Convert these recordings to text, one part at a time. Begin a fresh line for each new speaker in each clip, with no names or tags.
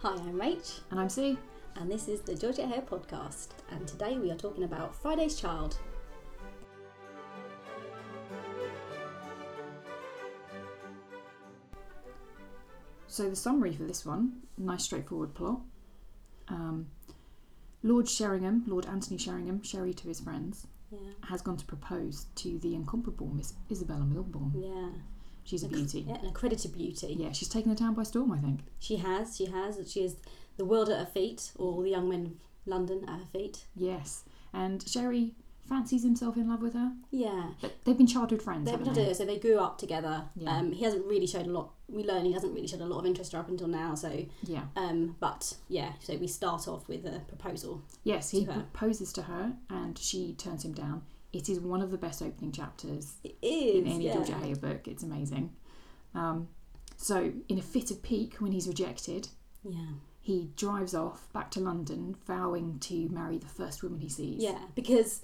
Hi, I'm Rach,
And I'm Sue.
and this is the Georgia Hair Podcast. And today we are talking about Friday's Child.
So the summary for this one, nice straightforward plot. Um, Lord Sheringham, Lord Anthony Sheringham, Sherry to his friends,
Yeah,
has gone to propose to the incomparable Miss Isabella Milbourne.
yeah,
She's a beauty.
yeah, an accredited beauty.
Yeah, she's taken the town by storm, I think.
She has, she has, she is the world at her feet, or all the young men of London at her feet.
Yes. And Sherry fancies himself in love with her.
Yeah,
But they've been childhood friends,
They've
haven't
been
they?
together, so they grew up together.
Yeah.
Um, he hasn't really showed a lot. We learn he hasn't really showed a lot of interest up until now. So,
Yeah.
um, but yeah, so we start off with a proposal.
Yes, he
To her.
proposes to her and she turns him down. It is one of the best opening chapters
It is.
in any
yeah.
Georgia Heyer book. It's amazing. Um, so, in a fit of pique, when he's rejected,
Yeah.
he drives off back to London, vowing to marry the first woman he sees.
Yeah, because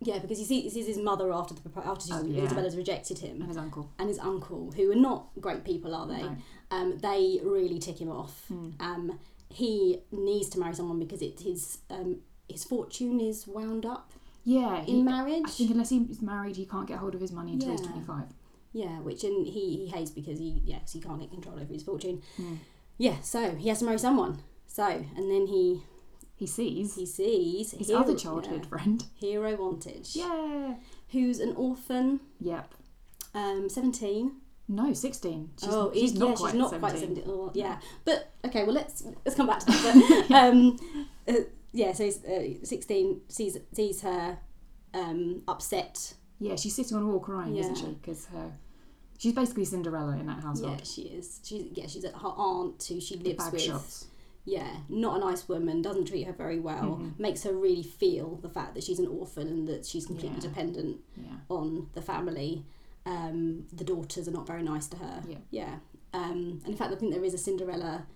yeah, because he sees, he sees his mother after the propo- after
Oh,
she's
yeah.
Isabella's rejected him,
And his uncle.
and his uncle, who are not great people, are they?
No.
Um, they really tick him off.
Mm.
Um, he needs to marry someone because it his um, his fortune is wound up
Yeah. He,
in marriage.
I think unless he's married, he can't get hold of his money until he's
Yeah.
25.
Yeah, which and he, he hates because he yes he can't get control over his fortune.
Mm.
Yeah, so he has to marry someone. So and then he
He sees
he sees
his
hero-
other childhood friend.
yeah, hero wanted.
Yeah.
who's an orphan,
Yep.
um, seventeen.
No, 16. She's,
oh,
she's
yeah,
not
she's
quite Mm.
not
17.
quite seventeen. Oh, yeah, but okay. Well, let's let's come back to that. But, um, uh, yeah, so he's, uh, sixteen sees sees her um, upset.
Yeah, she's sitting on a wall crying, isn't
Yeah.
she? Because her. She's basically Cinderella in that household.
Yeah, she is. She's yeah, she's at her aunt who she
The
lives
bag
with.
shots.
yeah, not a nice woman, doesn't treat her very well,
Mhm.
makes her really feel the fact that she's an orphan and that she's completely
Yeah.
dependent
Yeah.
on the family. Um, the daughters are not very nice to her.
Yeah.
Um, and in fact, I think there is a Cinderella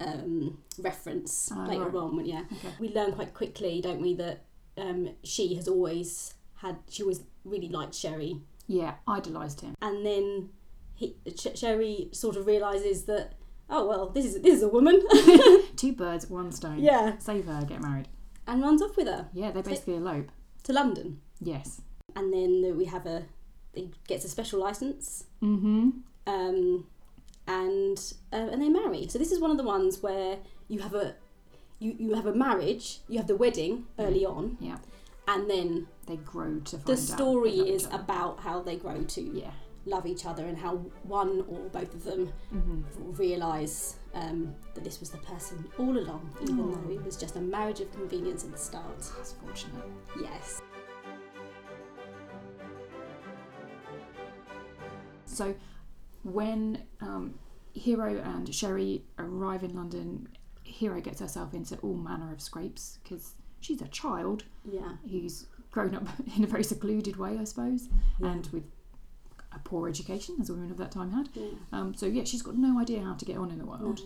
um, reference
Oh,
later
right.
on. When, yeah,
Okay.
we learn quite quickly, don't we, that um, she has always had, she always really liked Sherry.
Yeah, idolised him.
And then he, Sh- Sherry sort of realises that, oh, well, this is, this is a woman.
Two birds, one stone.
yeah.
Save her, get married.
And runs off with her.
Yeah, they basically elope.
to London.
Yes.
And then the- we have a he gets a special license,
Mm-hmm.
um, and uh, and they marry. So this is one of the ones where you have a you, you have a marriage, you have the wedding early on,
Yeah.
and then
They grow to find
the
out
story
they love each
is
other.
about how they grow to
Yeah.
love each other and how one or both of them
Mm-hmm.
realise um, that this was the person all along, even
Oh.
though it was just a marriage of convenience at the start.
That's fortunate.
Yes.
So when um, Hero and Sherry arrive in London, Hero gets herself into all manner of scrapes because she's a child
Yeah.
who's grown up in a very secluded way, I suppose,
Yeah.
and with a poor education, as women of that time had.
yeah.
Um, so yeah, she's got no idea how to get on in the
No.
world.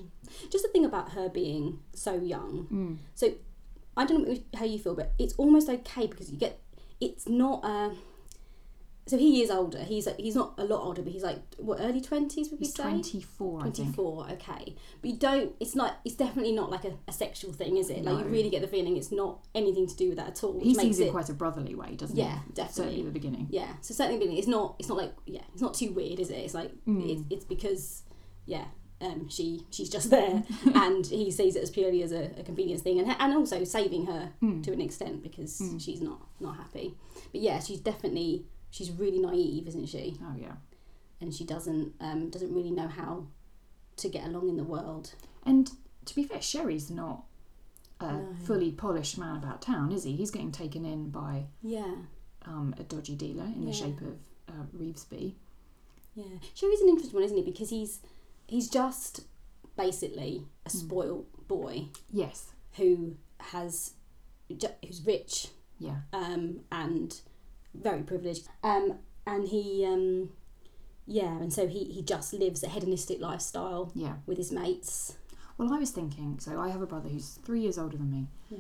Just the thing about her being so young.
Mm.
So I don't know how you feel, but it's almost okay because you get. It's not. Uh, so he is older. He's he's not a lot older, but he's like what early twenties would we
He's
say?
24, I think.
24 okay but you don't it's not it's definitely not like a, a sexual thing is it like you
No.
really get the feeling it's not anything to do with that at all which
He
makes
sees it in
it
quite a brotherly way, doesn't he?
yeah
Certainly
definitely
at the beginning.
yeah so certainly being- it's not it's not like yeah it's not too weird is it it's like
Mm.
it's, it's because yeah um she she's just there and he sees it as purely as a, a convenience thing and and also saving her
Mm.
to an extent because
Mm.
she's not not happy but yeah she's definitely she's really naive isn't she
Oh yeah.
and she doesn't um doesn't really know how to get along in the world
And to be fair, Sherry's not a
No.
fully polished man about town, is he? He's getting taken in by
yeah
um, a dodgy dealer in
Yeah.
the shape of uh, Reevesby.
yeah sherry's an interesting one isn't he because he's he's just basically a spoiled boy
Yes.
who has who's rich
Yeah.
um, and very privileged um, and he um, yeah and so he, he just lives a hedonistic lifestyle
Yeah.
with his mates
Well, I was thinking. So I have a brother who's three years older than me,
yeah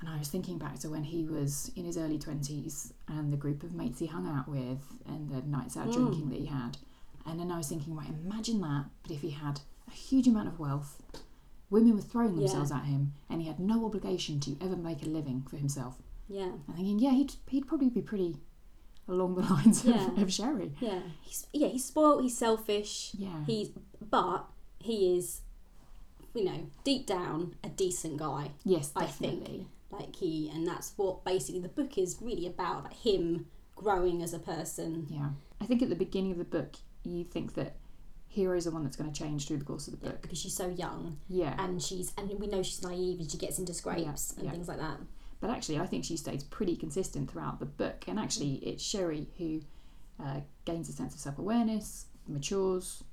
and I was thinking back to when he was in his early twenties and the group of mates he hung out with and the nights out
Mm.
drinking that he had, And then I was thinking, right, imagine that, but if he had a huge amount of wealth, women were throwing
Yeah.
themselves at him, and he had no obligation to ever make a living for himself.
Yeah.
I'm thinking, yeah, he'd, he'd probably be pretty along the lines of,
Yeah.
of Sherry.
Yeah. He's yeah, he's spoiled, he's selfish.
Yeah.
He's but he is you know, deep down a decent guy.
yes,
I think.
definitely.
Like he and that's what basically the book is really about, about him growing as a person.
Yeah. I think at the beginning of the book, you think that Hero's the one that's going to change through the course of the book.
Because she's so young
Yeah.
and she's and we know she's naive and she gets into scrapes and
yeah.
things like that.
But actually, I think she stays pretty consistent throughout the book. And actually, it's Sherry who uh, gains a sense of self awareness, matures,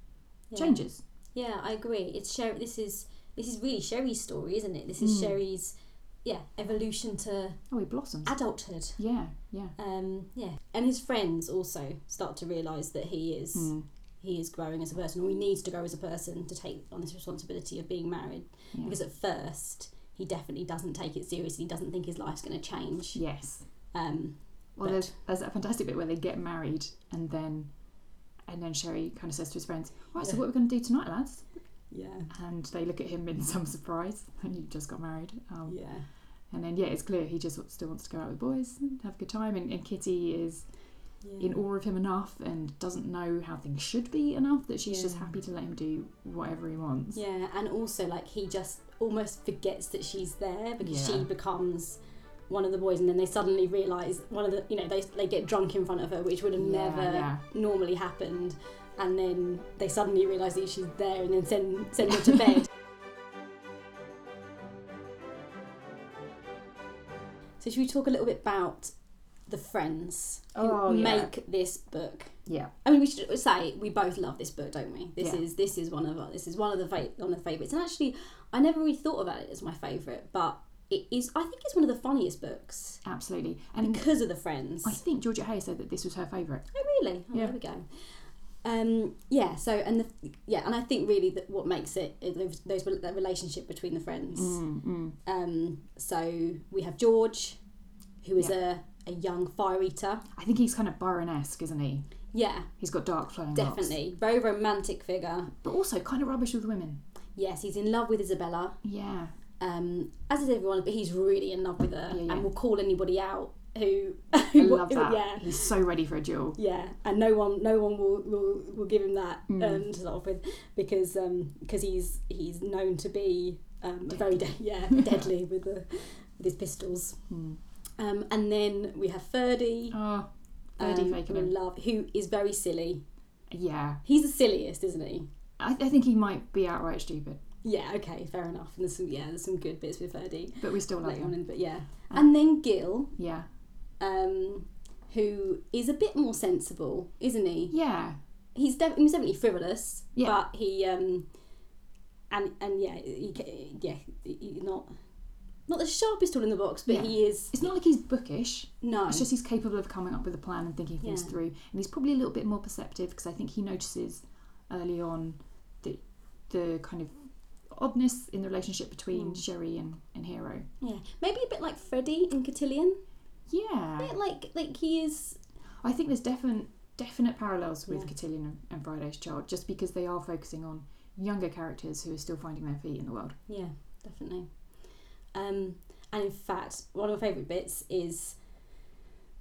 Yeah.
changes.
Yeah, I agree. It's Sherry. This is this is really Sherry's story, isn't it? This
Hmm.
is Sherry's yeah evolution to
Oh, he blossoms.
adulthood.
yeah, yeah.
Um, yeah, and his friends also start to realise that he is
Hmm.
he is growing as a person, or he needs to grow as a person to take on this responsibility of being married.
Yeah.
Because at first he definitely doesn't take it seriously. He doesn't think his life's going to change.
Yes.
Um,
Well,
But-
there's, there's that fantastic bit where they get married and then. And then Sherry kind of says to his friends, "Right, so
Yeah.
what we're going to do tonight, lads?"
yeah,
And they look at him in some surprise. And you just got married, um,
yeah,
and then yeah, it's clear he just still wants to go out with boys and have a good time. And, and Kitty is
yeah.
in awe of him enough and doesn't know how things should be enough that she's just
Yeah.
happy to let him do whatever he wants.
Yeah, and also like he just almost forgets that she's there because
Yeah.
she becomes one of the boys, and then they suddenly realise one of the you know they they get drunk in front of her, which would have
Yeah,
never
yeah.
normally happened, and then they suddenly realise that she's there, and then send send her to bed. So should we talk a little bit about the friends who
Oh, yeah.
make this book?
Yeah.
I mean, we should say we both love this book, don't we? This
Yeah.
is this is one of our, this is one of the fa- one of the favorites. And actually, I never really thought about it as my favorite, but it is. I think it's one of the funniest books
Absolutely. And
because of the friends.
I think Georgia Hay said that this was her favourite.
Oh, really? Oh,
Yeah.
There we go. Um, yeah. So and the yeah, and I think really that what makes it is those, those that relationship between the friends.
Mm,
Um, so we have George, who is a a young fire eater.
I think he's kind of Byron esque, isn't he?
Yeah,
He's got dark flowing locks.
definitely. Very romantic figure.
But also kind of rubbish with women.
Yes, he's in love with Isabella.
Yeah.
um, as is everyone, but he's really in love with her
Yeah, yeah.
and will call anybody out who.
I
who-
love that.
Yeah,
He's so ready for a duel.
yeah, and no one, no one will will, will give him that
Mm.
um, to start off with because because he's he's known to be um, a very de- yeah deadly with the with his pistols.
Mm.
Um, and then we have Ferdy,
Oh,
um,
Birdie
who
faking
I
him.
love, who is very silly.
Yeah.
He's the silliest, isn't he?
I, I think he might be outright stupid,
Yeah, okay, fair enough. And there's some yeah, there's some good bits with Ferdy
but we still love
later on
him.
in,
Ah.
but yeah. And then Gil,
Yeah.
um, who is a bit more sensible, isn't he?
Yeah.
He's, def- he's definitely frivolous,
Yeah.
but he um, and and yeah, he, ca- yeah, he- he's not not the sharpest tool in the box, but
Yeah.
he is
It's not like he's bookish.
no,
It's just he's capable of coming up with a plan and thinking things
Yeah.
through, and he's probably a little bit more perceptive because I think he notices early on the the kind of oddness in the relationship between
Hmm.
Sherry and, and Hero.
yeah, maybe a bit like Freddie in Cotillion, a
Yeah,
bit like like he is
I think there's definite definite parallels with
Yeah.
Cotillion and, and Friday's Child, just because they are focusing on younger characters who are still finding their feet in the world.
yeah, definitely. Um, and in fact, one of my favourite bits is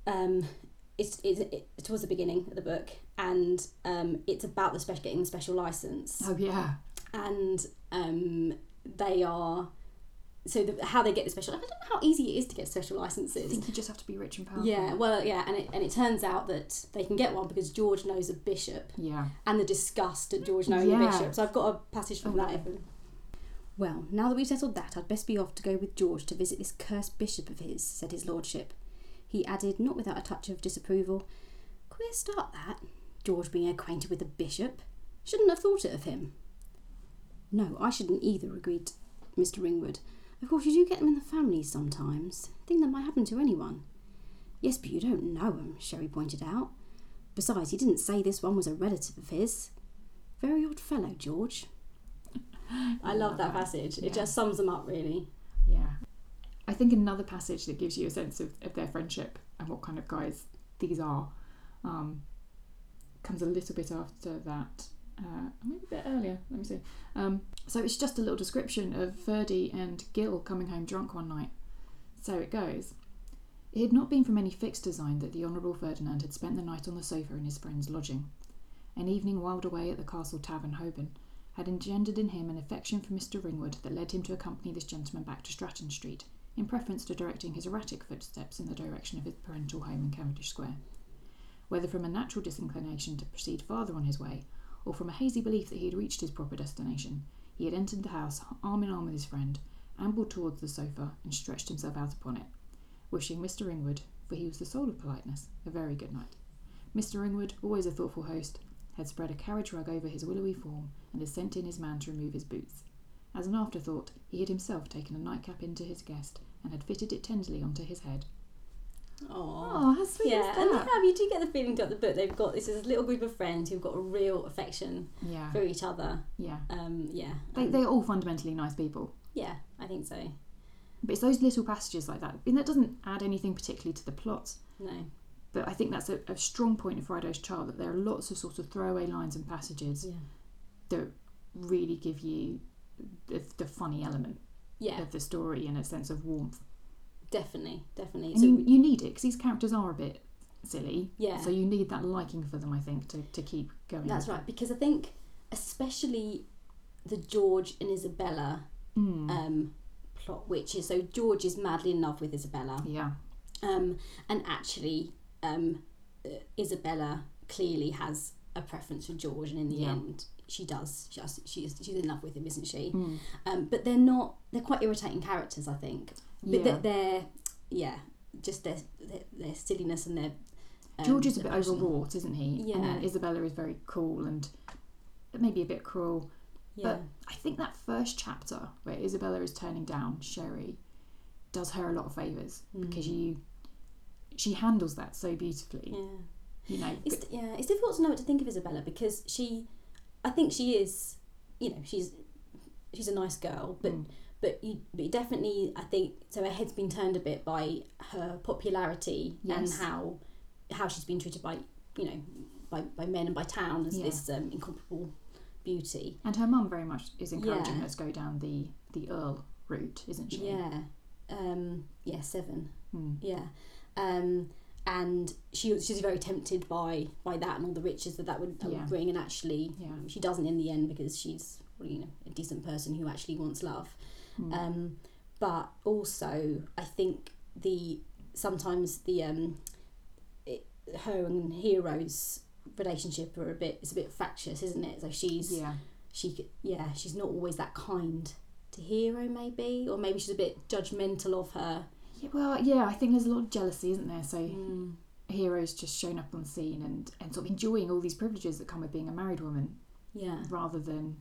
um, it's, it's, it's towards the beginning of the book, and um, it's about the special getting the special license.
Oh yeah,
and um, they are so the, how they get the special. I don't know how easy it is to get special
I
licenses.
think you just have to be rich and powerful.
Yeah, well, yeah, and it, and it turns out that they can get one because George knows a bishop
yeah.
and the disgust at George knowing the
Yeah.
bishop. So I've got a passage from that. If Oh, well, now that we've settled that, I'd best be off to go with George to visit this cursed bishop of his, said his lordship. He added, not without a touch of disapproval, Queer start that, George being acquainted with a bishop. Shouldn't have thought it of him. No, I shouldn't either, agreed Mr. Ringwood. Of course, you do get them in the family sometimes. Thing that might happen to anyone. Yes, but you don't know 'em," Sherry pointed out. Besides, he didn't say this one was a relative of his. Very odd fellow, George. I love that passage.
Yeah.
It just sums them up, really.
Yeah. I think another passage that gives you a sense of, of their friendship and what kind of guys these are um, comes a little bit after that, uh, maybe a bit earlier. Let me see. Um, so it's just a little description of Verdi and Gil coming home drunk one night. So it goes. It had not been from any fixed design that the Honourable Ferdinand had spent the night on the sofa in his friend's lodging. An evening whiled away at the Castle Tavern, Holborn, had engendered in him an affection for Mr. Ringwood that led him to accompany this gentleman back to Stratton Street, in preference to directing his erratic footsteps in the direction of his parental home in Cavendish Square. Whether from a natural disinclination to proceed farther on his way, or from a hazy belief that he had reached his proper destination, he had entered the house arm in arm with his friend, ambled towards the sofa, and stretched himself out upon it, wishing Mr. Ringwood, for he was the soul of politeness, a very good night. Mr. Ringwood, always a thoughtful host, had spread a carriage rug over his willowy form and had sent in his man to remove his boots. As an afterthought, he had himself taken a nightcap into his guest and had fitted it tenderly onto his head.
Aww.
Oh, how sweet
Yeah,
is
and
that?
have you do get the feeling throughout the book they've got this is a little group of friends who've got a real affection
Yeah,
for each other.
yeah.
Um, yeah,
They, they're all fundamentally nice people.
yeah, I think so.
But it's those little passages like that. I mean, that doesn't add anything particularly to the plot,
No,
but I think that's a, a strong point of Friday's Child that there are lots of sort of throwaway lines and passages
yeah,
that really give you the, the funny element
yeah,
of the story and a sense of warmth.
definitely, definitely.
And
So
you, you need it because these characters are a bit silly.
Yeah.
So you need that liking for them, I think, to, to keep going.
That's right, because I think especially the George and Isabella
Mm.
um, plot, which is so George is madly in love with Isabella,
yeah.
um, and actually um, uh, Isabella clearly has a preference for George, and in the
Yeah.
end she does. She has, she is, she's in love with him, isn't she?
Mm.
Um, but they're not. They're quite irritating characters, I think. But um,
Yeah.
they're, they're yeah, just their, their their silliness and their um,
George is a
their
bit
passion.
overwrought, isn't he? And
Yeah.
then Isabella is very cool and maybe a bit cruel.
Yeah,
I think that first chapter where Isabella is turning down Sherry does her a lot of favours
Mm-hmm.
because you she handles that so beautifully.
yeah.
You know,
It's yeah, it's difficult to know what to think of Isabella because she, I think she is, you know, she's she's a nice girl, but
Mm.
but you but you definitely I think so her head's been turned a bit by her popularity
Yes.
and how how she's been treated by you know by, by men and by town as
Yeah.
this um, incomparable beauty.
and her mum very much is encouraging
Yeah.
her to go down the the Earl route, isn't she?
Yeah, um, yeah, seven.
Mm.
Yeah. Um, and she was- she's very tempted by by that and all the riches that that would, that
Yeah.
would bring, and actually
Yeah.
she doesn't in the end because she's well, you know a decent person who actually wants love.
Mm.
Um, but also I think the sometimes the um, it, her and hero's relationship are a bit it's a bit fractious, isn't it? So she's
Yeah.
she c- yeah she's not always that kind to hero maybe, or maybe she's a bit judgmental of her.
Yeah, well, yeah, I think there's a lot of jealousy, isn't there? So
Mm.
heroes just shown up on scene and, and sort of enjoying all these privileges that come with being a married woman
Yeah,
rather than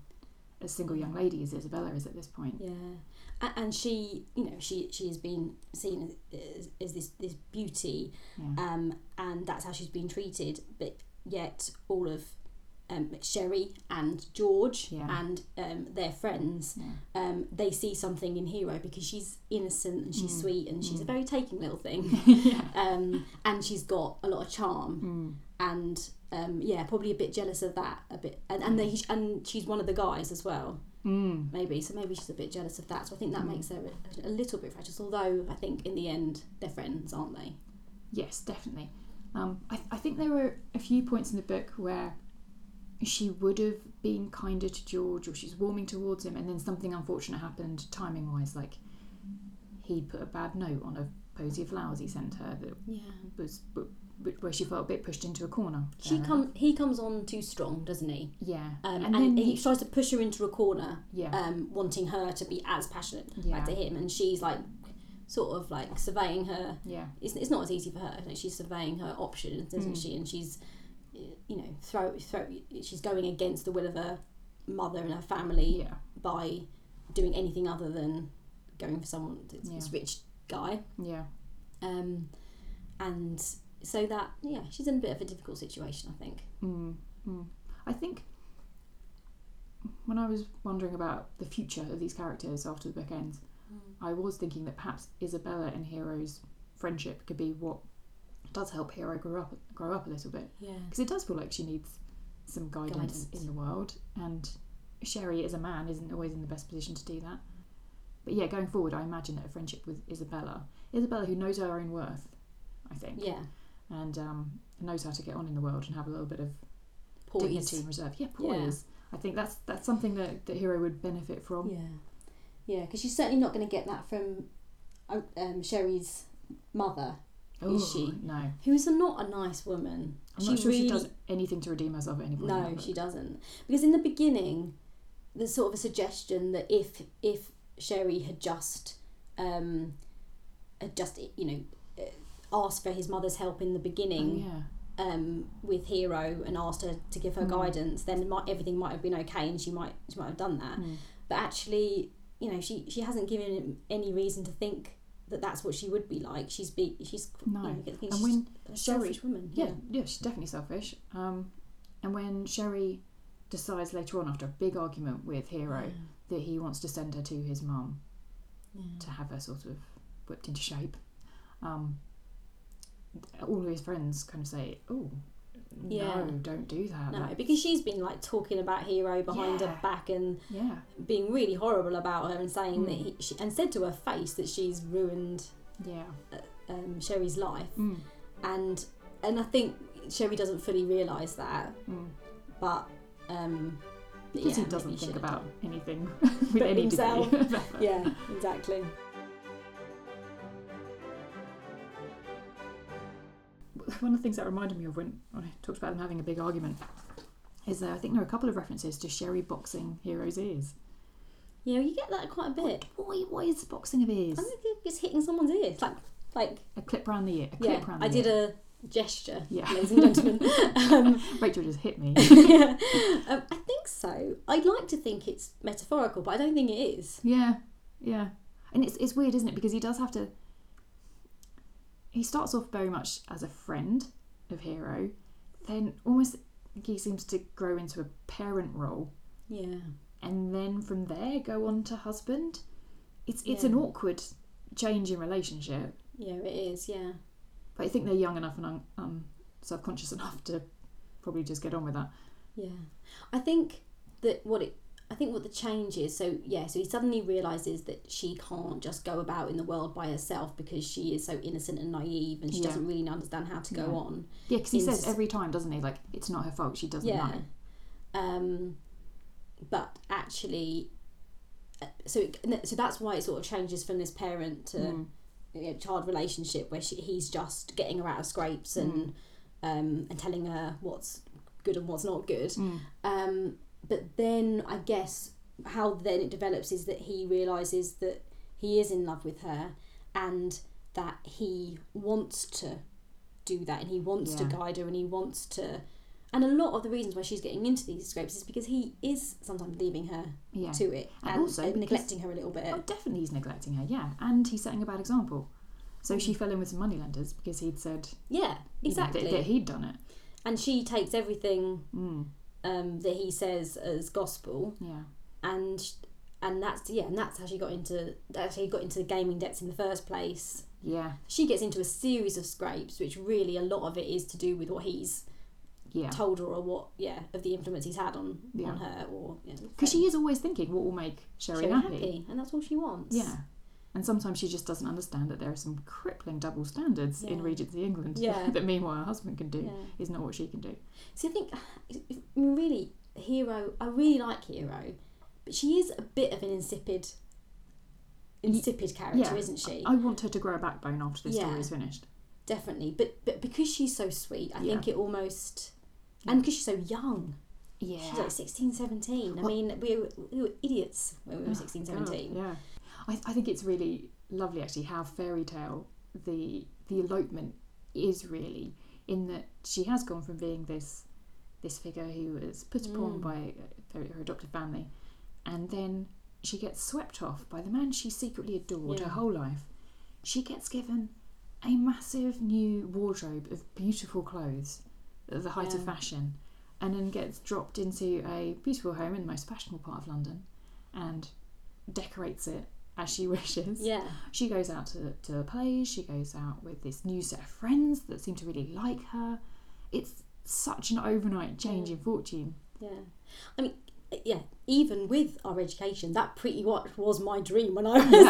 a single young lady as Isabella is at this point.
yeah, A- and she, you know, she she has been seen as, as this this beauty,
Yeah.
um, and that's how she's been treated. But yet, all of um, Sherry and George
Yeah.
and um, their friends,
Yeah.
um, they see something in Hero because she's innocent and she's
Mm.
sweet and she's a
Mm.
very taking little thing,
yeah.
um, and she's got a lot of charm.
Mm.
And um, yeah, probably a bit jealous of that. A bit, and and, they, and she's one of the guys as well.
Mm.
maybe so maybe she's a bit jealous of that so i think that
Mm.
makes her a, a little bit fragile although i think in the end they're friends aren't they
Yes, definitely. Um, I, I think there were a few points in the book where she would have been kinder to George or she's warming towards him, and then something unfortunate happened timing wise. Like he put a bad note on a posy of flowers he sent her that
yeah
was where she felt a bit pushed into a corner.
she
Fair
come he comes on too strong doesn't he
Yeah,
um,
Uh-huh.
and,
and, then
he
he,
tries to push her into a corner
yeah,
um, wanting her to be as passionate
Yeah.
like to him and she's like sort of like surveying her
yeah,
it's, it's not as easy for her you know, she's surveying her options isn't
Mm.
she and she's you know throw, throw she's going against the will of her mother and her family
yeah,
by doing anything other than going for someone that's
Yeah.
this rich guy.
yeah,
Um, and so that yeah, she's in a bit of a difficult situation, I think.
mm, mm. I think when I was wondering about the future of these characters after the book
Mm.
ends, I was thinking that perhaps Isabella and Hero's friendship could be what does help Hero grow up grow up a little bit
Yeah.
because it does feel like she needs some guidance,
Guidance.
in the world, and Sherry as a man isn't always in the best position to do that. But yeah, going forward, I imagine that a friendship with Isabella, Isabella who knows her own worth, I think,
Yeah.
and um, knows how to get on in the world and have a little bit of dignity
Poise.
and reserve. Yeah,
Yeah.
poise. I think that's that's something that that Hero would benefit from.
Yeah.
Yeah, because she's certainly not going to get that from um, um, Sherry's mother,
Oh,
Is she?
No, I'm
Who is a, not a nice woman.
not sure she does anything to redeem herself at any point.
No, she doesn't. Because in the beginning, there's sort of a suggestion that if if Sherry had just, um, had just you know, uh, asked for his mother's help in the beginning
Oh, yeah,
Oh,
um, with Hero and asked her to give her
Mm.
Hmm.
guidance, then might, everything might have been okay, and she might she might have done that.
Mm.
But actually, you know, she she hasn't given him any reason to think that that's what she would be like. She's be she's
no.
you know, she's
and when
a
Sherry-
selfish woman.
yeah, yeah, she's definitely selfish. Um, and when Sherry decides later on, after a big argument with Hero,
Mm.
that he wants to send her to his mum to have her sort of whipped into shape, um, all of his friends kind of say, "Oh,
Yeah.
no, don't do that."
No,
That-
because she's been like talking about Hero behind her
Yeah.
back and
yeah,
being really horrible about her and saying that
Mm.
he, she, and said to her face that she's ruined
yeah,
um, Sherry's life
mm,
and and I think Sherry doesn't fully realise that,
mm.
but um, yeah,
because he
maybe
doesn't think
should've
about
done.
anything with
But
any
himself.
degree of effort.
Yeah, exactly.
one of the things that reminded me of when, when I talked about them having a big argument is that I think there are a couple of references to Sherry boxing Hero's ears.
Yeah, you get that quite a bit.
Why? Why is the boxing of ears?
I don't think it's hitting someone's ear. It's like like
A clip round the ear. A
yeah,
clip round the
I did
ear.
a gesture,
Yeah.
ladies and gentlemen. um,
Rachel just hit me.
yeah. um, I think so. I'd like to think it's metaphorical, but I don't think it is.
yeah, yeah. And it's it's weird, isn't it? Because he does have to. He starts off very much as a friend of Hero, then almost he seems to grow into a parent role,
Yeah.
and then from there go on to husband. It's it's
Yeah.
an awkward change in relationship,
Yeah, it is. Yeah.
but I think they're young enough and un, um, subconscious enough to probably just get on with that.
Yeah. I think that what it I think what the change is, so yeah, so he suddenly realizes that she can't just go about in the world by herself because she is so innocent and naive and she
Yeah.
doesn't really understand how to go
Yeah.
on.
Yeah, because he
Into
says
s-
every time, doesn't he? Like it's not her fault. She doesn't
yeah.
know.
Um but actually uh, so it, so that's why it sort of changes from this parent to
Mm.
you know, child relationship where she, he's just getting her out of scrapes
Mm.
and um and telling her what's good and what's not good.
Mm.
Um, but then I guess how then it develops is that he realizes that he is in love with her and that he wants to do that and he wants to
Yeah.
guide her and he wants to. And a lot of the reasons why she's getting into these scrapes is because he is sometimes leaving her
Yeah.
to it
And
and,
also
uh,
because-
neglecting her a little bit.
Oh, definitely he's neglecting her, yeah. And he's setting a bad example. So she fell in with some moneylenders because he'd said
yeah,
you know, that-
Mm. exactly.
that, he'd done it.
and she takes everything
Mm,
um, that he says as gospel.
yeah.
and and that's yeah, and that's how she got into that's how she got into the gaming debts in the first place.
Yeah.
She gets into a series of scrapes, which really a lot of it is to do with what he's
Yeah.
told her or what yeah of the influence he's had on
Yeah.
on her or you know,
Because she is always thinking what will make Sherry,
Sherry
happy.
and that's all she wants.
Yeah. And sometimes she just doesn't understand that there are some crippling double standards in
Yeah.
Regency England
Yeah.
that meanwhile her husband can do
yeah.
is not what she can do.
See, I think I mean, really hero. I really like hero, but she is a bit of an insipid, insipid character,
yeah.
isn't she?
I want her to grow a backbone after this
Yeah.
story is finished.
Definitely, but but because she's so sweet, I
Yeah.
think it almost, and because she's so young.
Yeah.
She's like 16, 17. I
Well-
mean, we were, we were idiots when we were 16,
God,
17.
Oh, yeah. I, I think it's really lovely actually how fairy tale the the elopement is really in that she has gone from being this this figure who was put upon
Mm.
by uh, her, her adopted family and then she gets swept off by the man she secretly adored
Yeah.
her whole life. She gets given a massive new wardrobe of beautiful clothes at the height of
Yeah.
fashion and then gets dropped into a beautiful home in the most fashionable part of London and decorates it as she wishes.
Yeah.
She goes out to, to her plays, she goes out with this new set of friends that seem to really like her. It's such an overnight change
Mm.
in fortune.
Yeah. I mean, eh, yeah, even with our education, that pretty much was my dream when I was,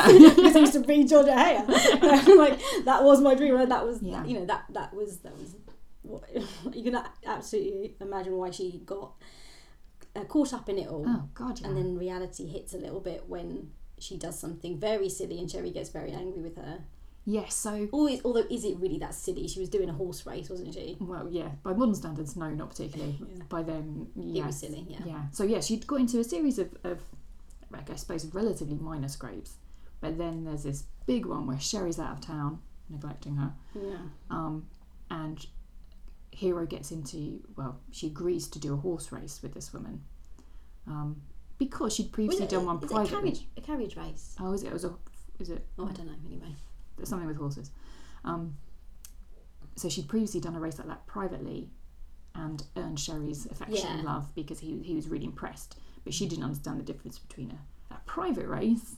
I used to read Georgia Hare. like, that was my dream. That was,
Yeah.
you know, that, that was, that was, what, you can a- absolutely imagine why she got uh, caught up in it all.
Oh, God, yeah.
And then reality hits a little bit when she does something very silly and Sherry gets very angry with her.
yes, so,
Always, although, is it really that silly? She was doing a horse race, wasn't she?
well, yeah, by modern standards, no, not particularly.
Yeah.
By then,
It was
yes.
silly, yeah.
Yeah. So yeah, she'd got into a series of, of like, I suppose relatively minor scrapes, but then there's this big one where Sherry's out of town, neglecting her,
Yeah.
um, and Hero gets into well, she agrees to do a horse race with this woman, um, because she'd
Was
previously
it,
done one
is it a
private.
carriage, a carriage race?
Oh, is it? It was a. Is it
Oh, I don't know, anyway.
there's something with horses. Um, so she'd previously done a race like that privately and earned Sherry's affection and
Yeah.
love because he, he was really impressed. But she didn't understand the difference between a, a private race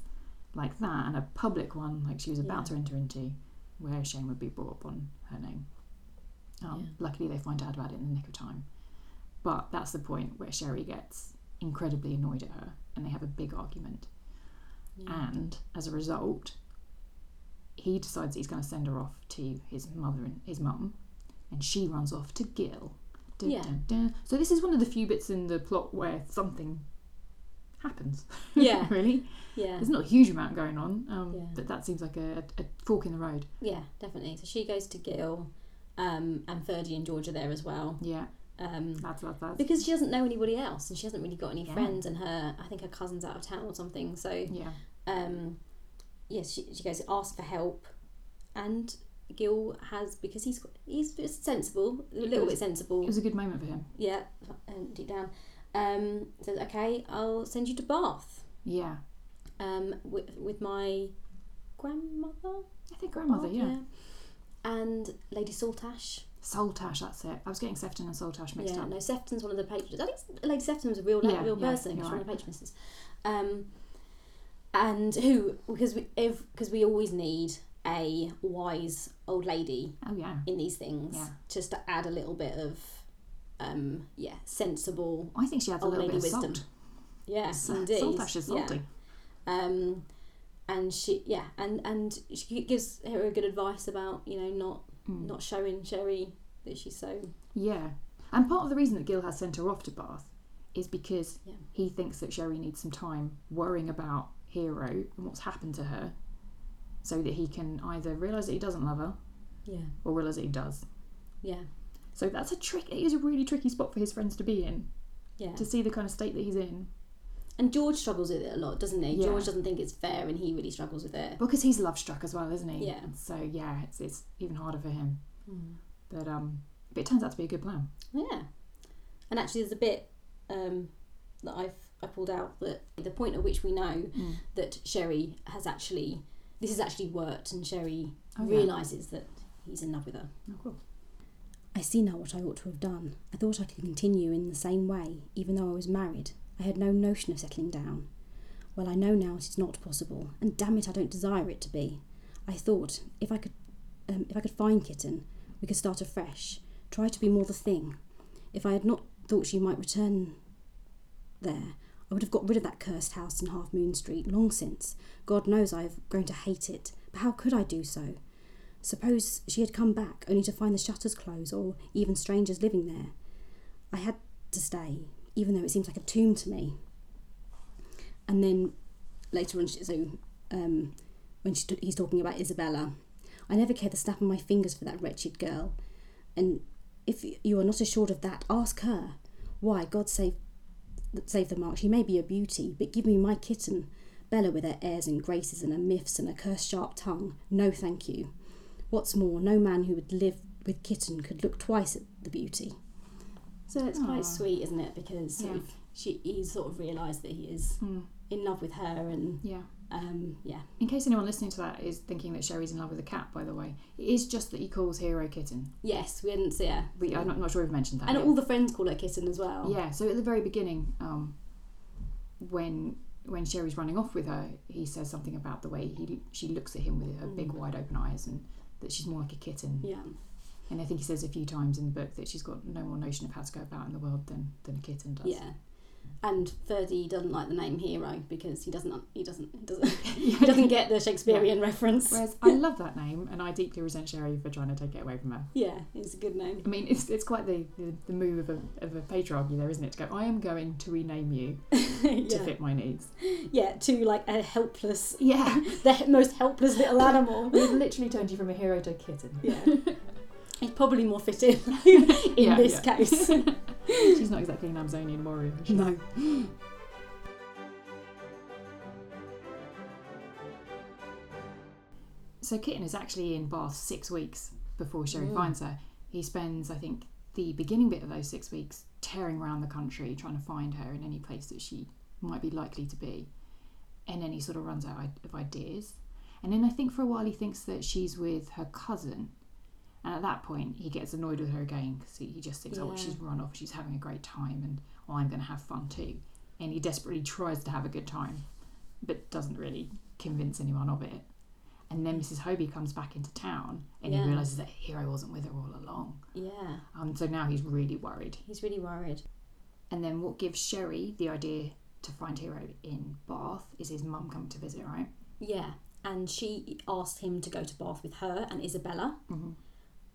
like that and a public one like she was about
Yeah.
to enter into where shame would be brought up on her name. Um,
Yeah.
Luckily, they find out about it in the nick of time. But that's the point where Sherry gets incredibly annoyed at her and they have a big argument. And as a result, he decides he's going to send her off to his mother and his mum, and she runs off to Gil. Dun,
Yeah.
dun, dun. So this is one of the few bits in the plot where something happens.
Yeah.
really.
Yeah.
There's not a huge amount going on, um,
Yeah.
but that seems like a, a, a fork in the road.
Yeah, definitely. So she goes to Gil, um, and Ferdy and Georgia there as well,
Yeah,
um,
that's that's that's.
because she doesn't know anybody else, and she hasn't really got any
Yeah.
friends. And her, I think her cousin's out of town or something. So,
Yeah,
um, yes, she, she goes asks for help, and Gil has because he's he's just sensible, a little bit sensible.
it was a good moment for him.
yeah, and deep down, um, says, "Okay, I'll send you to Bath,
Yeah,
um, with with my grandmother."
I think grandmother.
Bath,
yeah.
Oh, And Lady Saltash.
Saltash. That's it. I was getting Sefton and Saltash mixed
yeah,
up.
no, Sefton's one of the patrons. I think Lady Sefton was a real, like,
Yeah,
real
yeah,
person.
you're
She's one of the patronesses. Um, and who, because we, if, cause we always need a wise old lady
Oh yeah.
in these things,
Yeah.
just to add a little bit of, um, yeah, sensible.
I think she adds a
Old
little bit
lady
of
wisdom.
salt.
Yes,
Sa-
indeed.
Saltash is salty.
Yeah. Um, and she, yeah, and and she gives her a good advice about you know not
Mm.
not showing Sherry that she's so
Yeah. And part of the reason that Gil has sent her off to Bath is because
Yeah.
he thinks that Sherry needs some time worrying about Hero and what's happened to her so that he can either realise that he doesn't love her
yeah
or realise that he does.
yeah
So that's a trick. It is a really tricky spot for his friends to be in,
yeah
to see the kind of state that he's in.
And George struggles with it a lot, doesn't he?
Yeah.
George doesn't think it's fair, and he really struggles with it.
Because he's love struck as well, isn't he?
Yeah.
So yeah, it's, it's even harder for him.
Hmm.
But um, but it turns out to be a good plan.
Yeah, and actually, there's a bit um, that I've I pulled out that the point at which we know
Hmm.
Mm.
that Sherry has actually this has actually worked, and Sherry
Oh, yeah.
realizes that he's in love with her.
Oh, cool.
I see now what I ought to have done. I thought I could continue in the same way, even though I was married. I had no notion of settling down. Well, I know now it is not possible, and damn it, I don't desire it to be. I thought if I could, um, if I could find Kitten, we could start afresh, try to be more the thing. If I had not thought she might return there, I would have got rid of that cursed house in Half Moon Street long since. God knows I have grown to hate it, but how could I do so? Suppose she had come back only to find the shutters closed or even strangers living there. I had to stay, even though it seems like a tomb to me. And then later on, she, so um, when she, he's talking about Isabella, I never cared the snap of my fingers for that wretched girl. And if you are not assured of that, ask her. Why, God save, save the mark, she may be a beauty, but give me my kitten. Bella with her airs and graces and her miffs and her cursed sharp tongue. No, thank you. What's more, no man who would live with kitten could look twice at the beauty.
So it's
Aw.
Ah.
quite sweet, isn't it? Because sort
Yeah.
of she he's sort of realised that he is
Mm.
in love with her, and
Yeah.
um, yeah,
In case anyone listening to that is thinking that Sherry's in love with a cat, by the way, it is just that he calls Hero Kitten.
yes, we hadn't see her,
We, I'm not, not sure we've mentioned that.
and
yet.
all the friends call her Kitten as well.
yeah, so at the very beginning, um, when when Sherry's running off with her, he says something about the way he she looks at him with her big wide open eyes and that she's more like a kitten.
Yeah.
And I think he says a few times in the book that she's got no more notion of how to go about in the world than, than a kitten does.
Yeah. And Ferdy doesn't like the name Hero because he doesn't he doesn't he doesn't he doesn't get the Shakespearean reference.
Whereas I love that name and I deeply resent Sherry for trying to take it away from her.
Yeah, it's a good name.
I mean, it's, it's quite the, the, the move of a, of a patriarchy there, isn't it? To go, I am going to rename you to
yeah.
fit my needs.
yeah, to like a helpless,
Yeah.
the he- most helpless little animal.
We've literally turned you from a hero to a kitten.
Yeah. It's probably more fitting in
Yeah,
this
yeah.
case.
She's not exactly an Amazonian warrior. is she?
No.
So Kitten is actually in Bath six weeks before Sherry
Mm.
finds her. He spends, I think, the beginning bit of those six weeks tearing around the country trying to find her in any place that she might be likely to be. And then he sort of runs out i- of ideas. And then I think for a while he thinks that she's with her cousin. And at that point, he gets annoyed with her again because he, he just thinks, oh,
Yeah.
she's run off, she's having a great time, and oh, I'm going to have fun too. And he desperately tries to have a good time, but doesn't really convince anyone of it. And then Mrs. Hobie comes back into town and
Yeah.
he realises that Hero wasn't with her all along.
Yeah,
Um, so now he's really worried.
he's really worried.
And then what gives Sherry the idea to find Hero in Bath is his mum coming to visit, right?
Yeah, and she asked him to go to Bath with her and Isabella.
Mhm.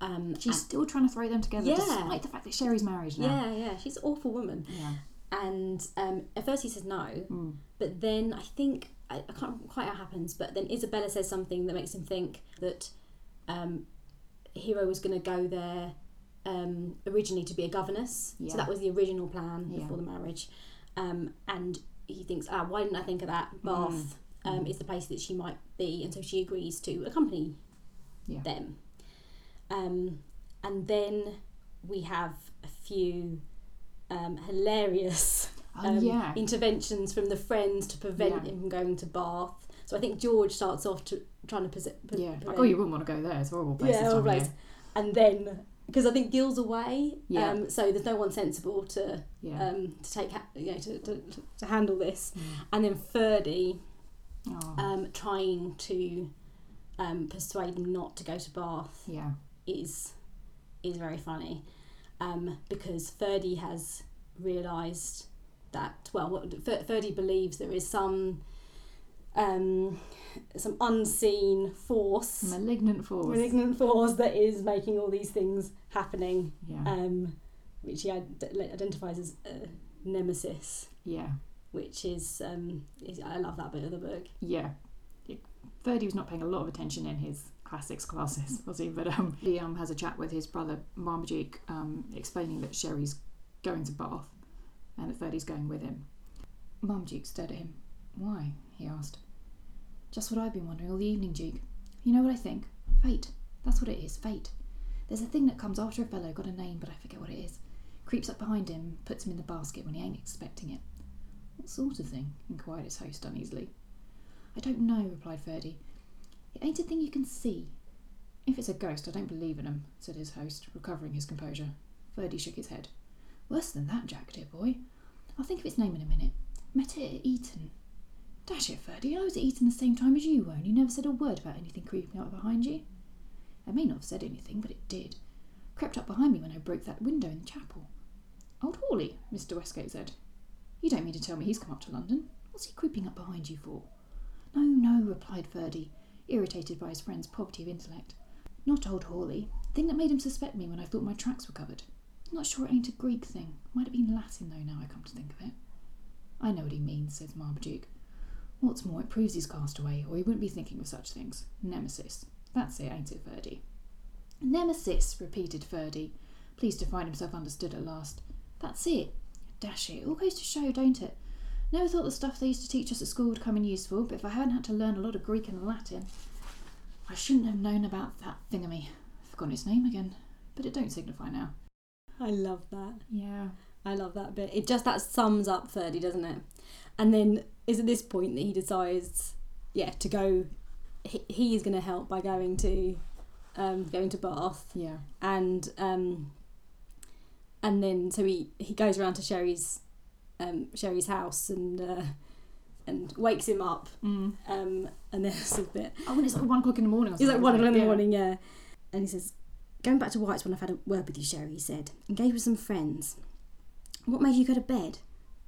Um,
She's still trying to throw them together
Yeah.
despite the fact that Sherry's married
and-
now.
yeah, yeah, she's an awful woman.
Yeah.
And um, at first he says no,
Mm.
but then I think I, I can't remember quite how it happens. But then Isabella says something that makes him think that um, Hero was going to go there um, originally to be a governess.
Yeah.
So that was the original plan
Yeah.
before the marriage. Um, and he thinks, ah, why didn't I think of that? Bath
Mm.
um, is the place that she might be, and so she agrees to accompany
Yeah.
them. Um, and then we have a few um, hilarious
Oh,
um,
yeah.
interventions from the friends to prevent
Yeah.
him from going to Bath. So I think George starts off to trying to prevent.
yeah. Like, oh, you wouldn't want to go there. It's a horrible place.
Yeah,
this
horrible
time of
place. and then because I think Gil's away,
Yeah.
um, so there's no one sensible to
year. Yeah.
um, to take ha- you know to, to, to handle this, and then Ferdy
oh,
um, trying to um, persuade him not to go to Bath
yeah.
is is very funny um, because Ferdy has realised that well what- Fer- Ferdy believes there is some um, some unseen force
Malignant force.
malignant force that is making all these things happening
Yeah.
um, which he ad- identifies as a nemesis
yeah.
which is, um, is I love that bit of the book
yeah, Ferdy was not paying a lot of attention in his classics classes, was he? But um, he um, has a chat with his brother Marmaduke, um, explaining that Sherry's going to Bath, and that Ferdy's going with him. Marmaduke stared at him. Why? he asked. Just what I've been wondering all the evening, Duke. You know what I think? Fate. That's what it is. Fate. There's a thing that comes after a fellow got a name, but I forget what it is. Creeps up behind him, puts him in the basket when he ain't expecting it. What sort of thing? inquired his host uneasily. I don't know, replied Ferdy. It ain't a thing you can see. If it's a ghost, I don't believe in 'em," said his host, recovering his composure. Ferdy shook his head. Worse than that, Jack, dear boy. I'll think of its name in a minute. Met it at Eton. Dash it, Ferdy, I was at Eton the same time as you were, and you never said a word about anything creeping up behind you. I may not have said anything, but it did. Crept up behind me when I broke that window in the chapel. Old Hawley, Mr. Westgate said. You don't mean to tell me he's come up to London. What's he creeping up behind you for? No, no, replied Ferdy, irritated by his friend's poverty of intellect. Not old Hawley. Thing that made him suspect me when I thought my tracks were covered. Not sure it ain't a Greek thing. Might have been Latin though now I come to think of it. I know what he means, says Marmaduke. What's more, it proves he's cast away, or he wouldn't be thinking of such things. Nemesis. That's it, ain't it, Ferdy? Nemesis, repeated Ferdy, pleased to find himself understood at last. That's it. Dash it, all goes to show, don't it? Never thought the stuff they used to teach us at school would come in useful, but if I hadn't had to learn a lot of Greek and Latin, I shouldn't have known about that thing of me. I've forgotten its name again, but it don't signify now.
I love that
Yeah.
I love that bit. It just that sums up Ferdy, doesn't it? And then is at this point that he decides, yeah, to go. He, he is going to help by going to, um, going to Bath,
Yeah.
and um, and then so he he goes around to Sherry's, um, Sherry's house, and uh,
and wakes him up.
Mm.
Um, and there's a bit.
Oh, and it's like one o'clock in the morning. Or
He's like
something,
one
isn't
o'clock in
it?
the morning, yeah. And he says, "Going back to White's when I've had a word with you, Sherry," he said, and gave her some friends. What made you go to bed?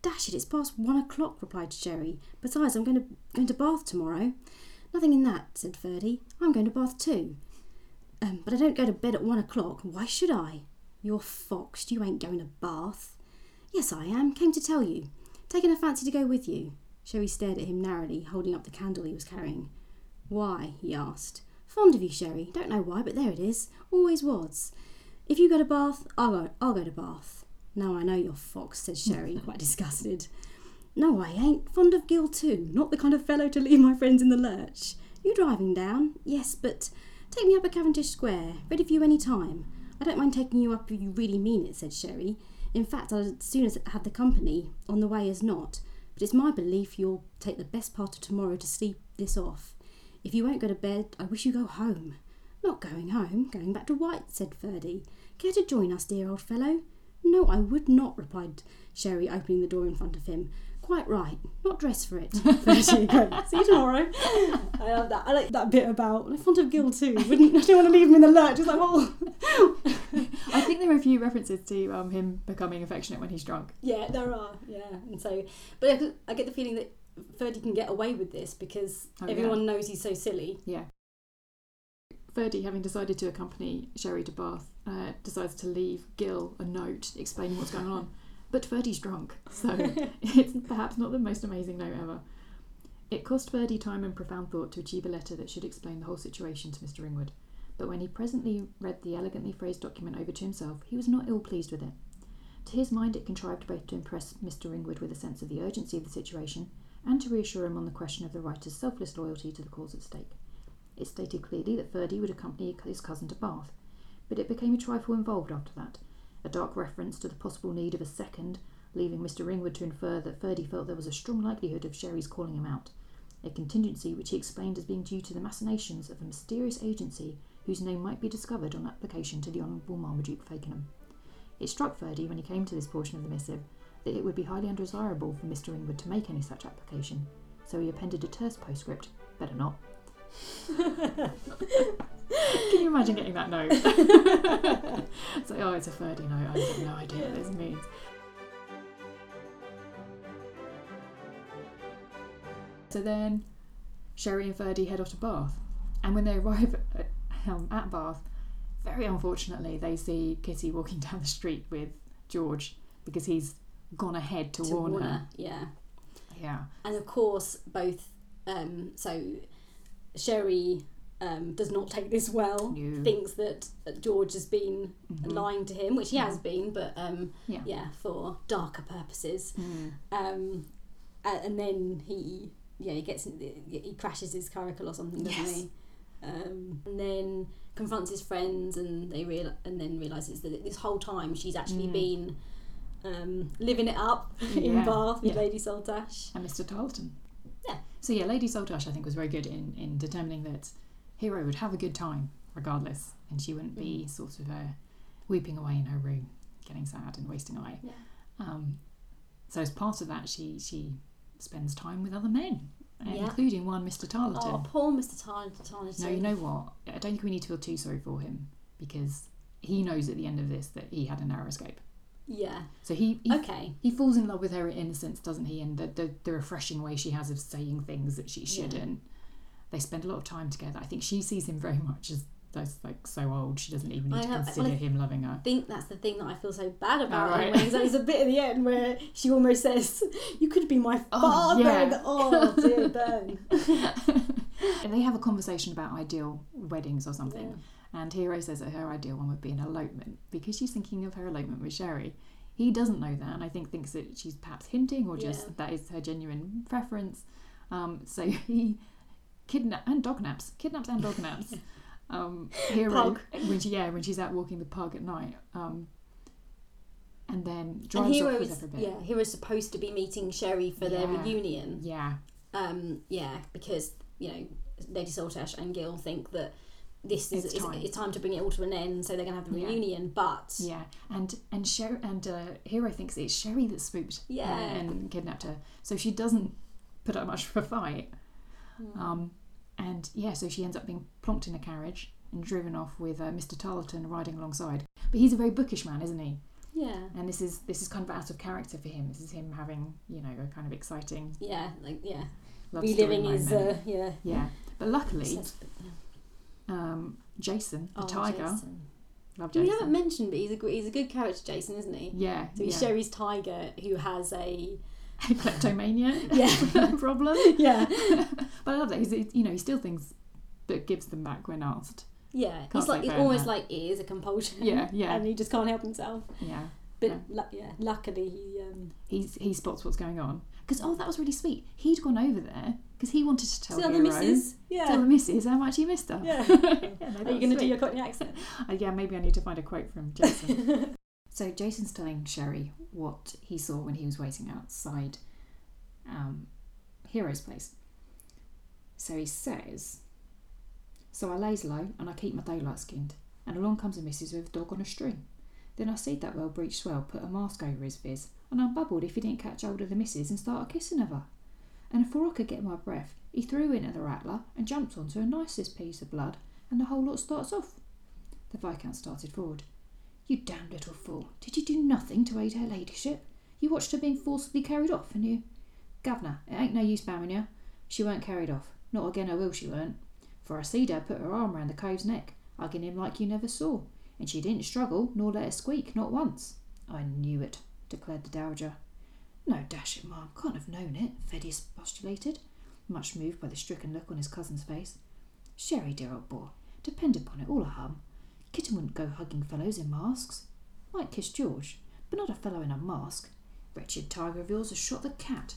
Dash it, it's past one o'clock, replied Sherry. Besides, I'm going to going to Bath tomorrow. Nothing in that, said Ferdy. I'm going to Bath too. Um, but I don't go to bed at one o'clock. Why should I? You're foxed. You ain't going to Bath. Yes, I am. Came to tell you. Taking a fancy to go with you. Sherry stared at him narrowly, holding up the candle he was carrying. Why? he asked. Fond of you, Sherry. Don't know why, but there it is. Always was. If you go to Bath, I'll go, I'll go to Bath. Now I know you're fox, said Sherry, quite disgusted. No, I ain't. Fond of Gil, too. Not the kind of fellow to leave my friends in the lurch. You driving down? Yes, but take me up at Cavendish Square. Ready for you any time. I don't mind taking you up if you really mean it, said Sherry. In fact, I'd as soon as have the company on the way as not. But it's my belief you'll take the best part of tomorrow to sleep this off. If you won't go to bed, I wish you go home. Not going home, going back to White, said Ferdy. Care to join us, dear old fellow? No, I would not, replied Sherry, opening the door in front of him. Quite right. Not dressed for it. There she goes. See you tomorrow.
I love that. I like
That bit about fond of guilt too. Wouldn't I don't want to leave him in the lurch. It's like, well,
I think there were a few references to um, him becoming affectionate when he's drunk.
Yeah, there are. Yeah, and so, but I- I get the feeling that Ferdy can get away with this because
Oh, yeah.
everyone knows he's so silly.
Ferdy, having decided to accompany Sherry to Bath, uh, decides to leave Gil a note explaining what's going on. But Ferdy's drunk, so it's perhaps not the most amazing note ever. It cost Ferdy time and profound thought to achieve a letter that should explain the whole situation to Mr. Ringwood. But when he presently read the elegantly phrased document over to himself, he was not ill pleased with it. To his mind, it contrived both to impress Mr. Ringwood with a sense of the urgency of the situation and to reassure him on the question of the writer's selfless loyalty to the cause at stake. It stated clearly that Ferdy would accompany his cousin to Bath, but it became a trifle involved after that. A dark reference to the possible need of a second, leaving Mr. Ringwood to infer that Ferdy felt there was a strong likelihood of Sherry's calling him out, a contingency which he explained as being due to the machinations of a mysterious agency whose name might be discovered on application to the Honourable Marmaduke Fakenham. It struck Ferdy when he came to this portion of the missive that it would be highly undesirable for Mr. Ringwood to make any such application, so he appended a terse postscript, better not, can you imagine getting that note? it's like, oh, it's a Ferdy note. I have no idea what this means. So then, Sherry and Ferdy head off to Bath, and when they arrive at, um, at Bath, very unfortunately, they see Kitty walking down the street with George because he's gone ahead to,
to
warn,
warn
her.
her, Yeah,
Yeah,
and of course both. Um, so Sherry um, does not take this well.
No.
Thinks that George has been
Mhm.
lying to him, which he has been, but um,
Yeah.
yeah, for darker purposes.
Mm.
Um, a- and then he yeah he gets he crashes his curricle or something, doesn't
Yes.
he? Um, and then confronts his friends, and they real and then realizes that this whole time she's actually
Mm.
been um, living it up
Yeah.
in Bath with
Yeah.
Lady Saltash.
and Mr. Tarleton.
Yeah.
So yeah, Lady Saltash I think was very good in, in determining that Hero would have a good time regardless, and she wouldn't be
Mm.
sort of uh, weeping away in her room, getting sad and wasting away.
Yeah.
Um, so as part of that, she she spends time with other men, uh,
Yeah.
including one Mr. Tarleton.
Oh, poor Mr. Tarn- Tarleton.
No, you know what? I don't think we need to feel too sorry for him because he knows at the end of this that he had a narrow escape.
Yeah.
So he, he
Okay.
he falls in love with her innocence, doesn't he? And the, the, the refreshing way she has of saying things that she
Yeah.
shouldn't. They spend a lot of time together. I think she sees him very much as as, like so old. She doesn't even need
I
to
know, well,
consider
I-
him loving her.
I think that's the thing that I feel so bad about.
Alright.
Right. there's a bit at the end where she almost says, "You could be my
Oh,
father."
yeah.
and- Oh, dear, burn.
And they have a conversation about ideal weddings or something. And Hero says that her ideal one would be an elopement because she's thinking of her elopement with Sherry. He doesn't know that, and I think thinks that she's perhaps hinting or just
Yeah.
that is her genuine preference. Um, so he kidnaps and dognaps, kidnaps and dognaps. um, Hero
Pug.
when she yeah when she's out walking the pug at night. Um, and then drives
and
off
Hero
with
is
her for a bit.
yeah, Hero's supposed to be meeting Sherry for their
Yeah.
reunion.
yeah,
Um, yeah, because you know Lady Saltash and Gil think that this is
It's
it's,
time.
it's, time to bring it all to an end, so they're going to have the
Yeah.
reunion. But
Yeah, and and Sher- and uh, Hero thinks it's Sherry that spooked
Yeah.
and, and kidnapped her, so she doesn't put up much of a fight. Um, and yeah, so she ends up being plonked in a carriage and driven off with uh, Mr. Tarleton riding alongside. But he's a very bookish man, isn't he?
Yeah.
And this is this is kind of out of character for him. This is him having you know a kind of exciting
Yeah. Like yeah.
love
Reliving
story
his
moment.
uh, yeah.
yeah. But luckily,
suspect- yeah.
um, Jason the
Oh,
tiger,
Jason.
love
We
Jason.
haven't mentioned, but he's a gr- he's a good character, Jason, isn't he?
yeah,
So he's
yeah.
Sherry's tiger who has a
kleptomania
Yeah.
problem.
yeah
But I love that he's you know he steals things, but gives them back when asked.
yeah.
Can't
He's like
say
it's
fair
almost
enough.
like it is a compulsion.
Yeah, yeah.
and he just can't help himself.
Yeah,
But
Yeah.
lu- yeah, luckily he um,
he's he spots what's going on because oh that was really sweet. He'd gone over there because he wanted to tell
the other
Hero,
missus.
tell the
Yeah.
missus how much he missed her.
Yeah.
Yeah, no,
Are
that's
you going to do
sweet.
your Cockney accent?
Uh, yeah, maybe I need to find a quote from Jason. so Jason's telling Sherry what he saw when he was waiting outside um, Hero's place. So he says, So I lays low and I keep my daylight skinned, and along comes a missus with a dog on a string. Then I seed that well breeched swell put a mask over his viz, and I bubbled if he didn't catch hold of the missus and start a kissing of her. And afore I could get my breath, he threw into the rattler and jumped onto a nicest piece of blood, and the whole lot starts off. The Viscount started forward. You damned little fool. Did you do nothing to aid her ladyship? You watched her being forcibly carried off, and you. Governor, it ain't no use bowing you. She weren't carried off. Not again, I will she weren't. For I seed her put her arm round the cove's neck, hugging him like you never saw, and she didn't struggle nor let her squeak, not once. I knew it, declared the dowager. No, dash it, ma'am, can't have known it, Thaddeus postulated, much moved by the stricken look on his cousin's face. Sherry, dear old boy, depend upon it, all a hum. Kitten wouldn't go hugging fellows in masks. Might kiss George, but not a fellow in a mask. Wretched tiger of yours has shot the cat.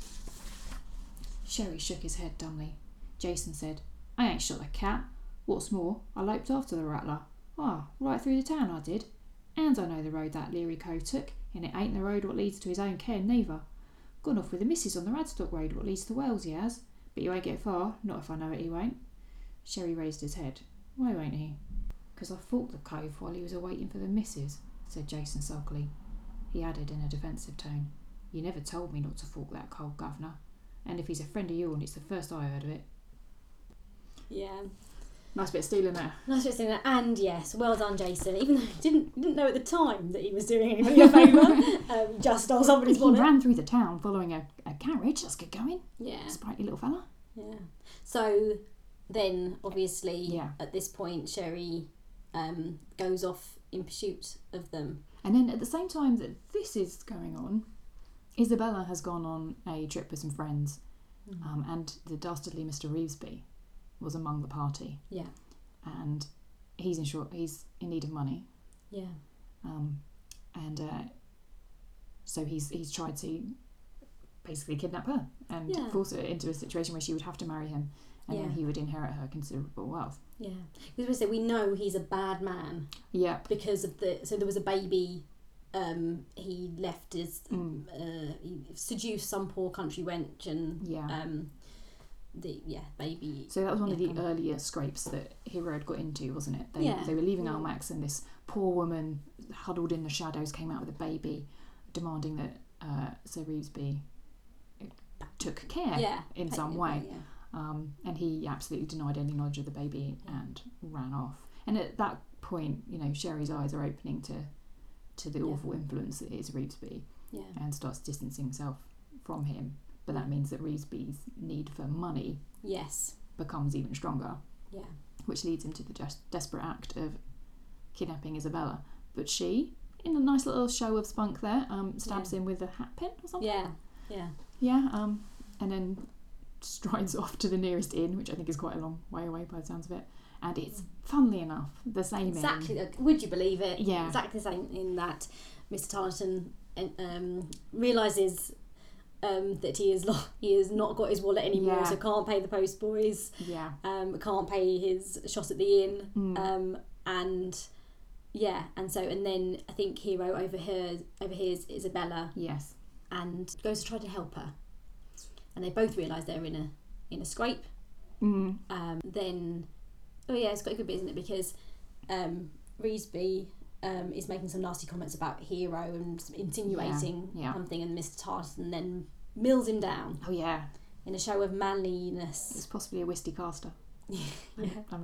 Sherry shook his head dumbly. Jason said, I ain't shot the cat. What's more, I loped after the rattler. Ah, right through the town I did. And I know the road that leery cove took, and it ain't the road what leads to his own ken neither. Gone off with the missus on the Radstock road what leads to Wells, he has. But he won't get far, not if I know it he won't. Sherry raised his head. Why won't he? Because I fought the cove while he was awaiting for the missus, said Jason sulkily. He added in a defensive tone, You never told me not to fork that cold governor. And if he's a friend of yourn, it's the first I heard of it.
Yeah.
Nice bit of stealing there.
Nice just that. And yes, well done, Jason. Even though he didn't didn't know at the time that he was doing anybody a favour, um, he just stole somebody's
He
wallet.
ran through the town following a, a carriage. That's good going.
Yeah.
Sprightly little fella.
Yeah. So then, obviously,
Yeah.
at this point, Sherry um, goes off in pursuit of them.
And then at the same time that this is going on, Isabella has gone on a trip with some friends, um, and the dastardly Mr. Reevesby was among the party.
Yeah.
And he's in short, he's in need of money,
Yeah.
um, and uh, so he's he's tried to basically kidnap her and
Yeah.
force her into a situation where she would have to marry him, and then
Yeah.
he would inherit her considerable wealth.
Yeah. Because we say we know he's a bad man
Yep.
because of the. So there was a baby. Um, he left his.
Mm.
Uh, he seduced some poor country wench and
Yeah.
um, the yeah baby.
So that was one of
Yeah,
the
come on.
earlier scrapes that Hero had got into, wasn't it? They,
Yeah.
they were leaving
Yeah.
Almax, and this poor woman, huddled in the shadows, came out with a baby, demanding that uh, Sir Reevesby took care
Yeah.
in some
Technically,
way.
Yeah.
Um, and he absolutely denied any knowledge of the baby and ran off. And at that point, you know, Sherry's eyes are opening to to the
Yeah. Mm.
awful influence that is Reevesby
Yeah.
and starts distancing herself from him. But that means that Reevesby's need for money
Yes.
becomes even stronger
Yeah.
which leads him to the des- desperate act of kidnapping Isabella. But she, in a nice little show of spunk there, um, stabs him with a hat pin or something.
Yeah. Yeah.
Yeah, um, and then strides off to the nearest inn, which I think is quite a long way away by the sounds of it. And it's, funnily enough, the same
Exactly.
inn.
like, Would you believe it?
Yeah.
Exactly the same in that Mr. Tarleton um, realizes um, that he is lo- he has not got his wallet anymore,
Yeah.
so can't pay the postboys,
Yeah.
um, can't pay his shot at the inn,
Mm.
um, and yeah, and so and then I think Hero overhears overhears Isabella
Yes.
and goes to try to help her, and they both realize they're in a in a scrape
Mm.
um, then oh yeah, it's got a good bit, isn't it? Because um, Reesby um, is making some nasty comments about Hero and insinuating
Yeah, yeah.
something, and Mr. Tarleton then mills him down
Oh, yeah.
in a show of manliness.
It's possibly a whisky caster.
Yeah,
I'm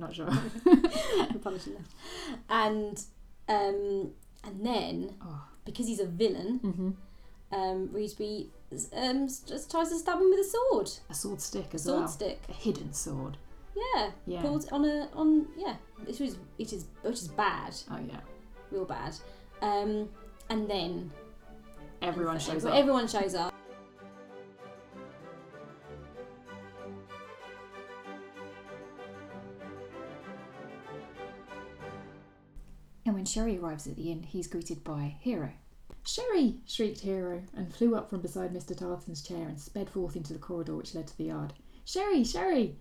not sure.
I'm punishing them. And um, and then
Oh.
because he's a villain,
Mm-hmm.
um, Reesby um s- just tries to stab him with a sword,
A sword stick as
sword
well.
stick.
A hidden sword.
Yeah,
Yeah.
pulled on a on yeah. This was it is which is bad,
Oh yeah.
real bad. Um, and then
Everyone shows up.
Everyone shows up.
And when Sherry arrives at the inn, he's greeted by Hero. Sherry! shrieked Hero, and flew up from beside Mr. Tarleton's chair and sped forth into the corridor which led to the yard. Sherry! Sherry!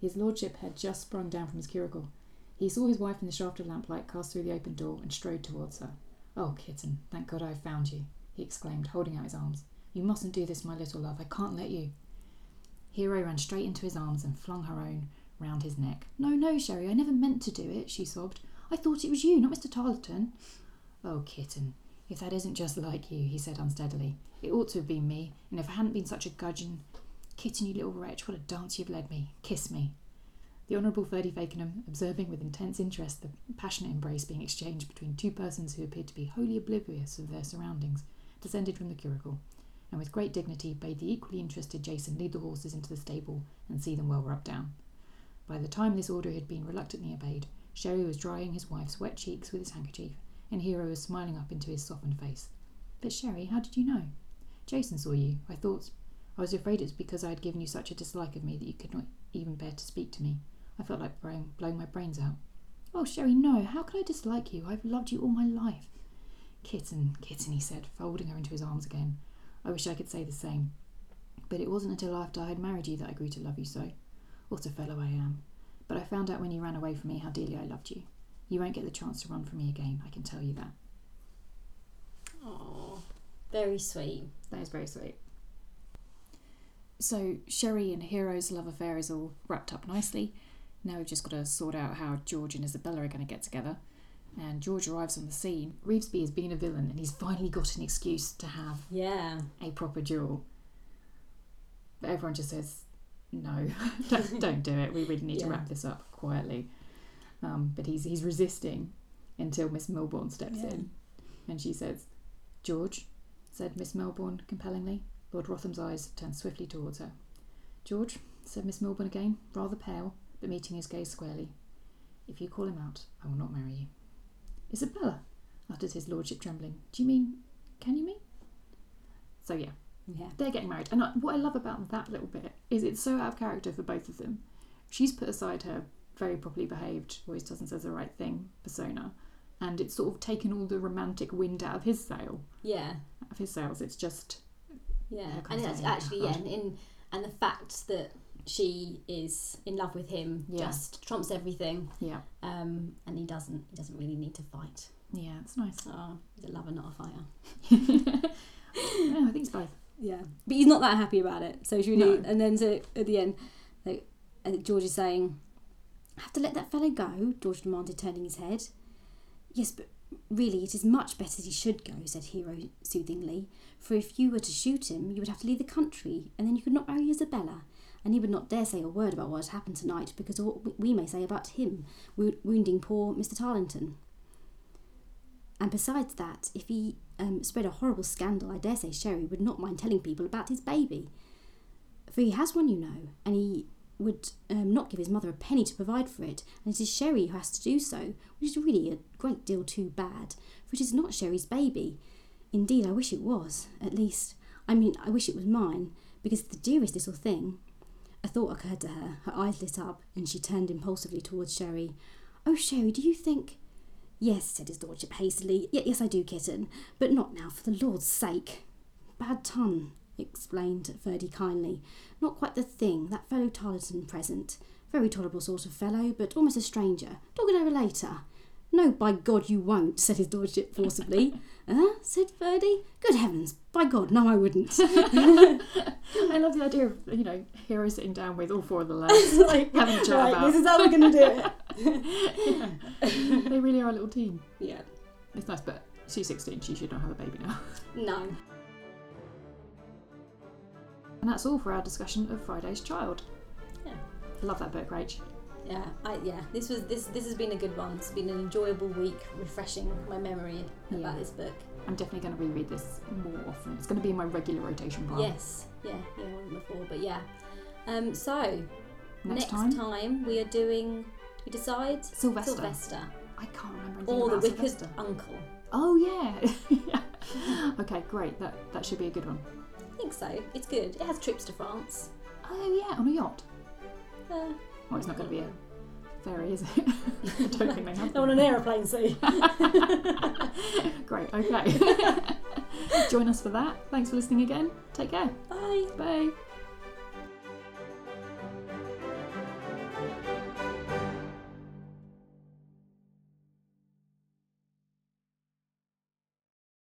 His lordship had just sprung down from his curricle. He saw his wife in the shaft of lamplight cast through the open door and strode towards her. Oh, kitten, thank God I've found you, he exclaimed, holding out his arms. You mustn't do this, my little love. I can't let you. Hero ran straight into his arms and flung her own round his neck. No, no, Sherry, I never meant to do it, she sobbed. I thought it was you, not Mr. Tarleton. Oh, kitten, if that isn't just like you, he said unsteadily. It ought to have been me, and if I hadn't been such a gudgeon. Kitten, you little wretch, what a dance you've led me. Kiss me. The Honourable Ferdy Fakenham, observing with intense interest the passionate embrace being exchanged between two persons who appeared to be wholly oblivious of their surroundings, descended from the curricle, and with great dignity bade the equally interested Jason lead the horses into the stable and see them well rubbed down. By the time this order had been reluctantly obeyed, Sherry was drying his wife's wet cheeks with his handkerchief, and Hero was smiling up into his softened face. But Sherry, how did you know? Jason saw you. I thought. I was afraid it was because I had given you such a dislike of me that you could not even bear to speak to me. I felt like blowing, blowing my brains out. Oh, Sherry, no. How could I dislike you? I've loved you all my life. Kitten, kitten, he said, folding her into his arms again. I wish I could say the same. But it wasn't until after I had married you that I grew to love you so. What a fellow I am. But I found out when you ran away from me how dearly I loved you. You won't get the chance to run from me again, I can tell you that.
Oh, very sweet.
That is very sweet. So, Sherry and Hero's love affair is all wrapped up nicely. Now we've just got to sort out how George and Isabella are going to get together. And George arrives on the scene. Reevesby has been a villain and he's finally got an excuse to have
Yeah,
a proper duel. But everyone just says, no, don't, don't do it. We really need to
Yeah.
wrap this up quietly. Um, but he's he's resisting until Miss Melbourne steps
Yeah.
in, and she says, "George," said Miss Melbourne compellingly. Lord Rotham's eyes turned swiftly towards her. "George," said Miss Melbourne again, rather pale, but meeting his gaze squarely. "If you call him out, I will not marry you." "Isabella," uttered his lordship, trembling. "Do you mean? Can you mean?" So yeah,
yeah,
they're getting married. And I, what I love about that little bit is it's so out of character for both of them. She's put aside her very properly behaved, always does and says the right thing persona, and it's sort of taken all the romantic wind out of his sail.
yeah,
Out of his sails, it's just
yeah.
Here comes
And that's
Diana.
actually yeah, and in and the fact that she is in love with him
Yeah.
just trumps everything.
yeah,
Um, and he doesn't he doesn't really need to fight.
yeah, it's nice.
Oh, he's a lover, not a fighter.
no, I think it's both.
Yeah, but he's not that happy about it. So she really,
No.
and then so at the end, like uh, George is saying, "I have to let that fellow go." George demanded, turning his head. Yes, but really, it is much better that he should go," said Hero soothingly. "For if you were to shoot him, you would have to leave the country, and then you could not marry Isabella." And he would not dare say a word about what had happened tonight because of what we- we may say about him, wo- wounding poor Mr. Tarleton. And besides that, if he um, spread a horrible scandal, I dare say Sherry would not mind telling people about his baby. For he has one, you know, and he would um, not give his mother a penny to provide for it, and it is Sherry who has to do so, which is really a great deal too bad, for it is not Sherry's baby. Indeed, I wish it was, at least, I mean, I wish it was mine, because it's the dearest little thing. A thought occurred to her, her eyes lit up, and she turned impulsively towards Sherry. Oh, Sherry, do you think. Yes, said his lordship hastily. "Ye- yes, I do, kitten, but not now, for the Lord's sake. Bad ton, explained Ferdy kindly. Not quite the thing, that fellow Tarleton present. Very tolerable sort of fellow, but almost a stranger. Talk it over later. No, by God, you won't, said his lordship forcibly. uh, said Ferdy. Good heavens, by God, no, I wouldn't.
I love the idea of you know Hero sitting down with all four of the lads,
like,
having a chat
right,
about.
this is how we're gonna do it.
they really are a little team.
yeah.
It's nice, but she's sixteen. She should not have a baby now.
No.
And And that's all for our discussion of Friday's Child.
Yeah.
Love that book, Rach.
Yeah, I, yeah. This was this this has been a good one. It's been an enjoyable week, refreshing my memory about
Yeah.
this book.
I'm definitely going to reread this more often. It's going to be in my regular rotation pile.
Yes, yeah, yeah, I wasn't before, but yeah. Um, so
Next, time,
we are doing. We decide
Sylvester.
Sylvester
I can't remember anything
or the
about
Wicked
Sylvester.
Uncle.
Oh yeah. okay, great. That that should be a good one.
I think so. It's good. It has trips to France.
Oh yeah, on a yacht.
Uh,
Well, it's not going to be a ferry, is it? I don't think they have.
no, on an aeroplane, see.
them. Great. Okay. Join us for that. Thanks for listening again. Take care.
Bye.
Bye.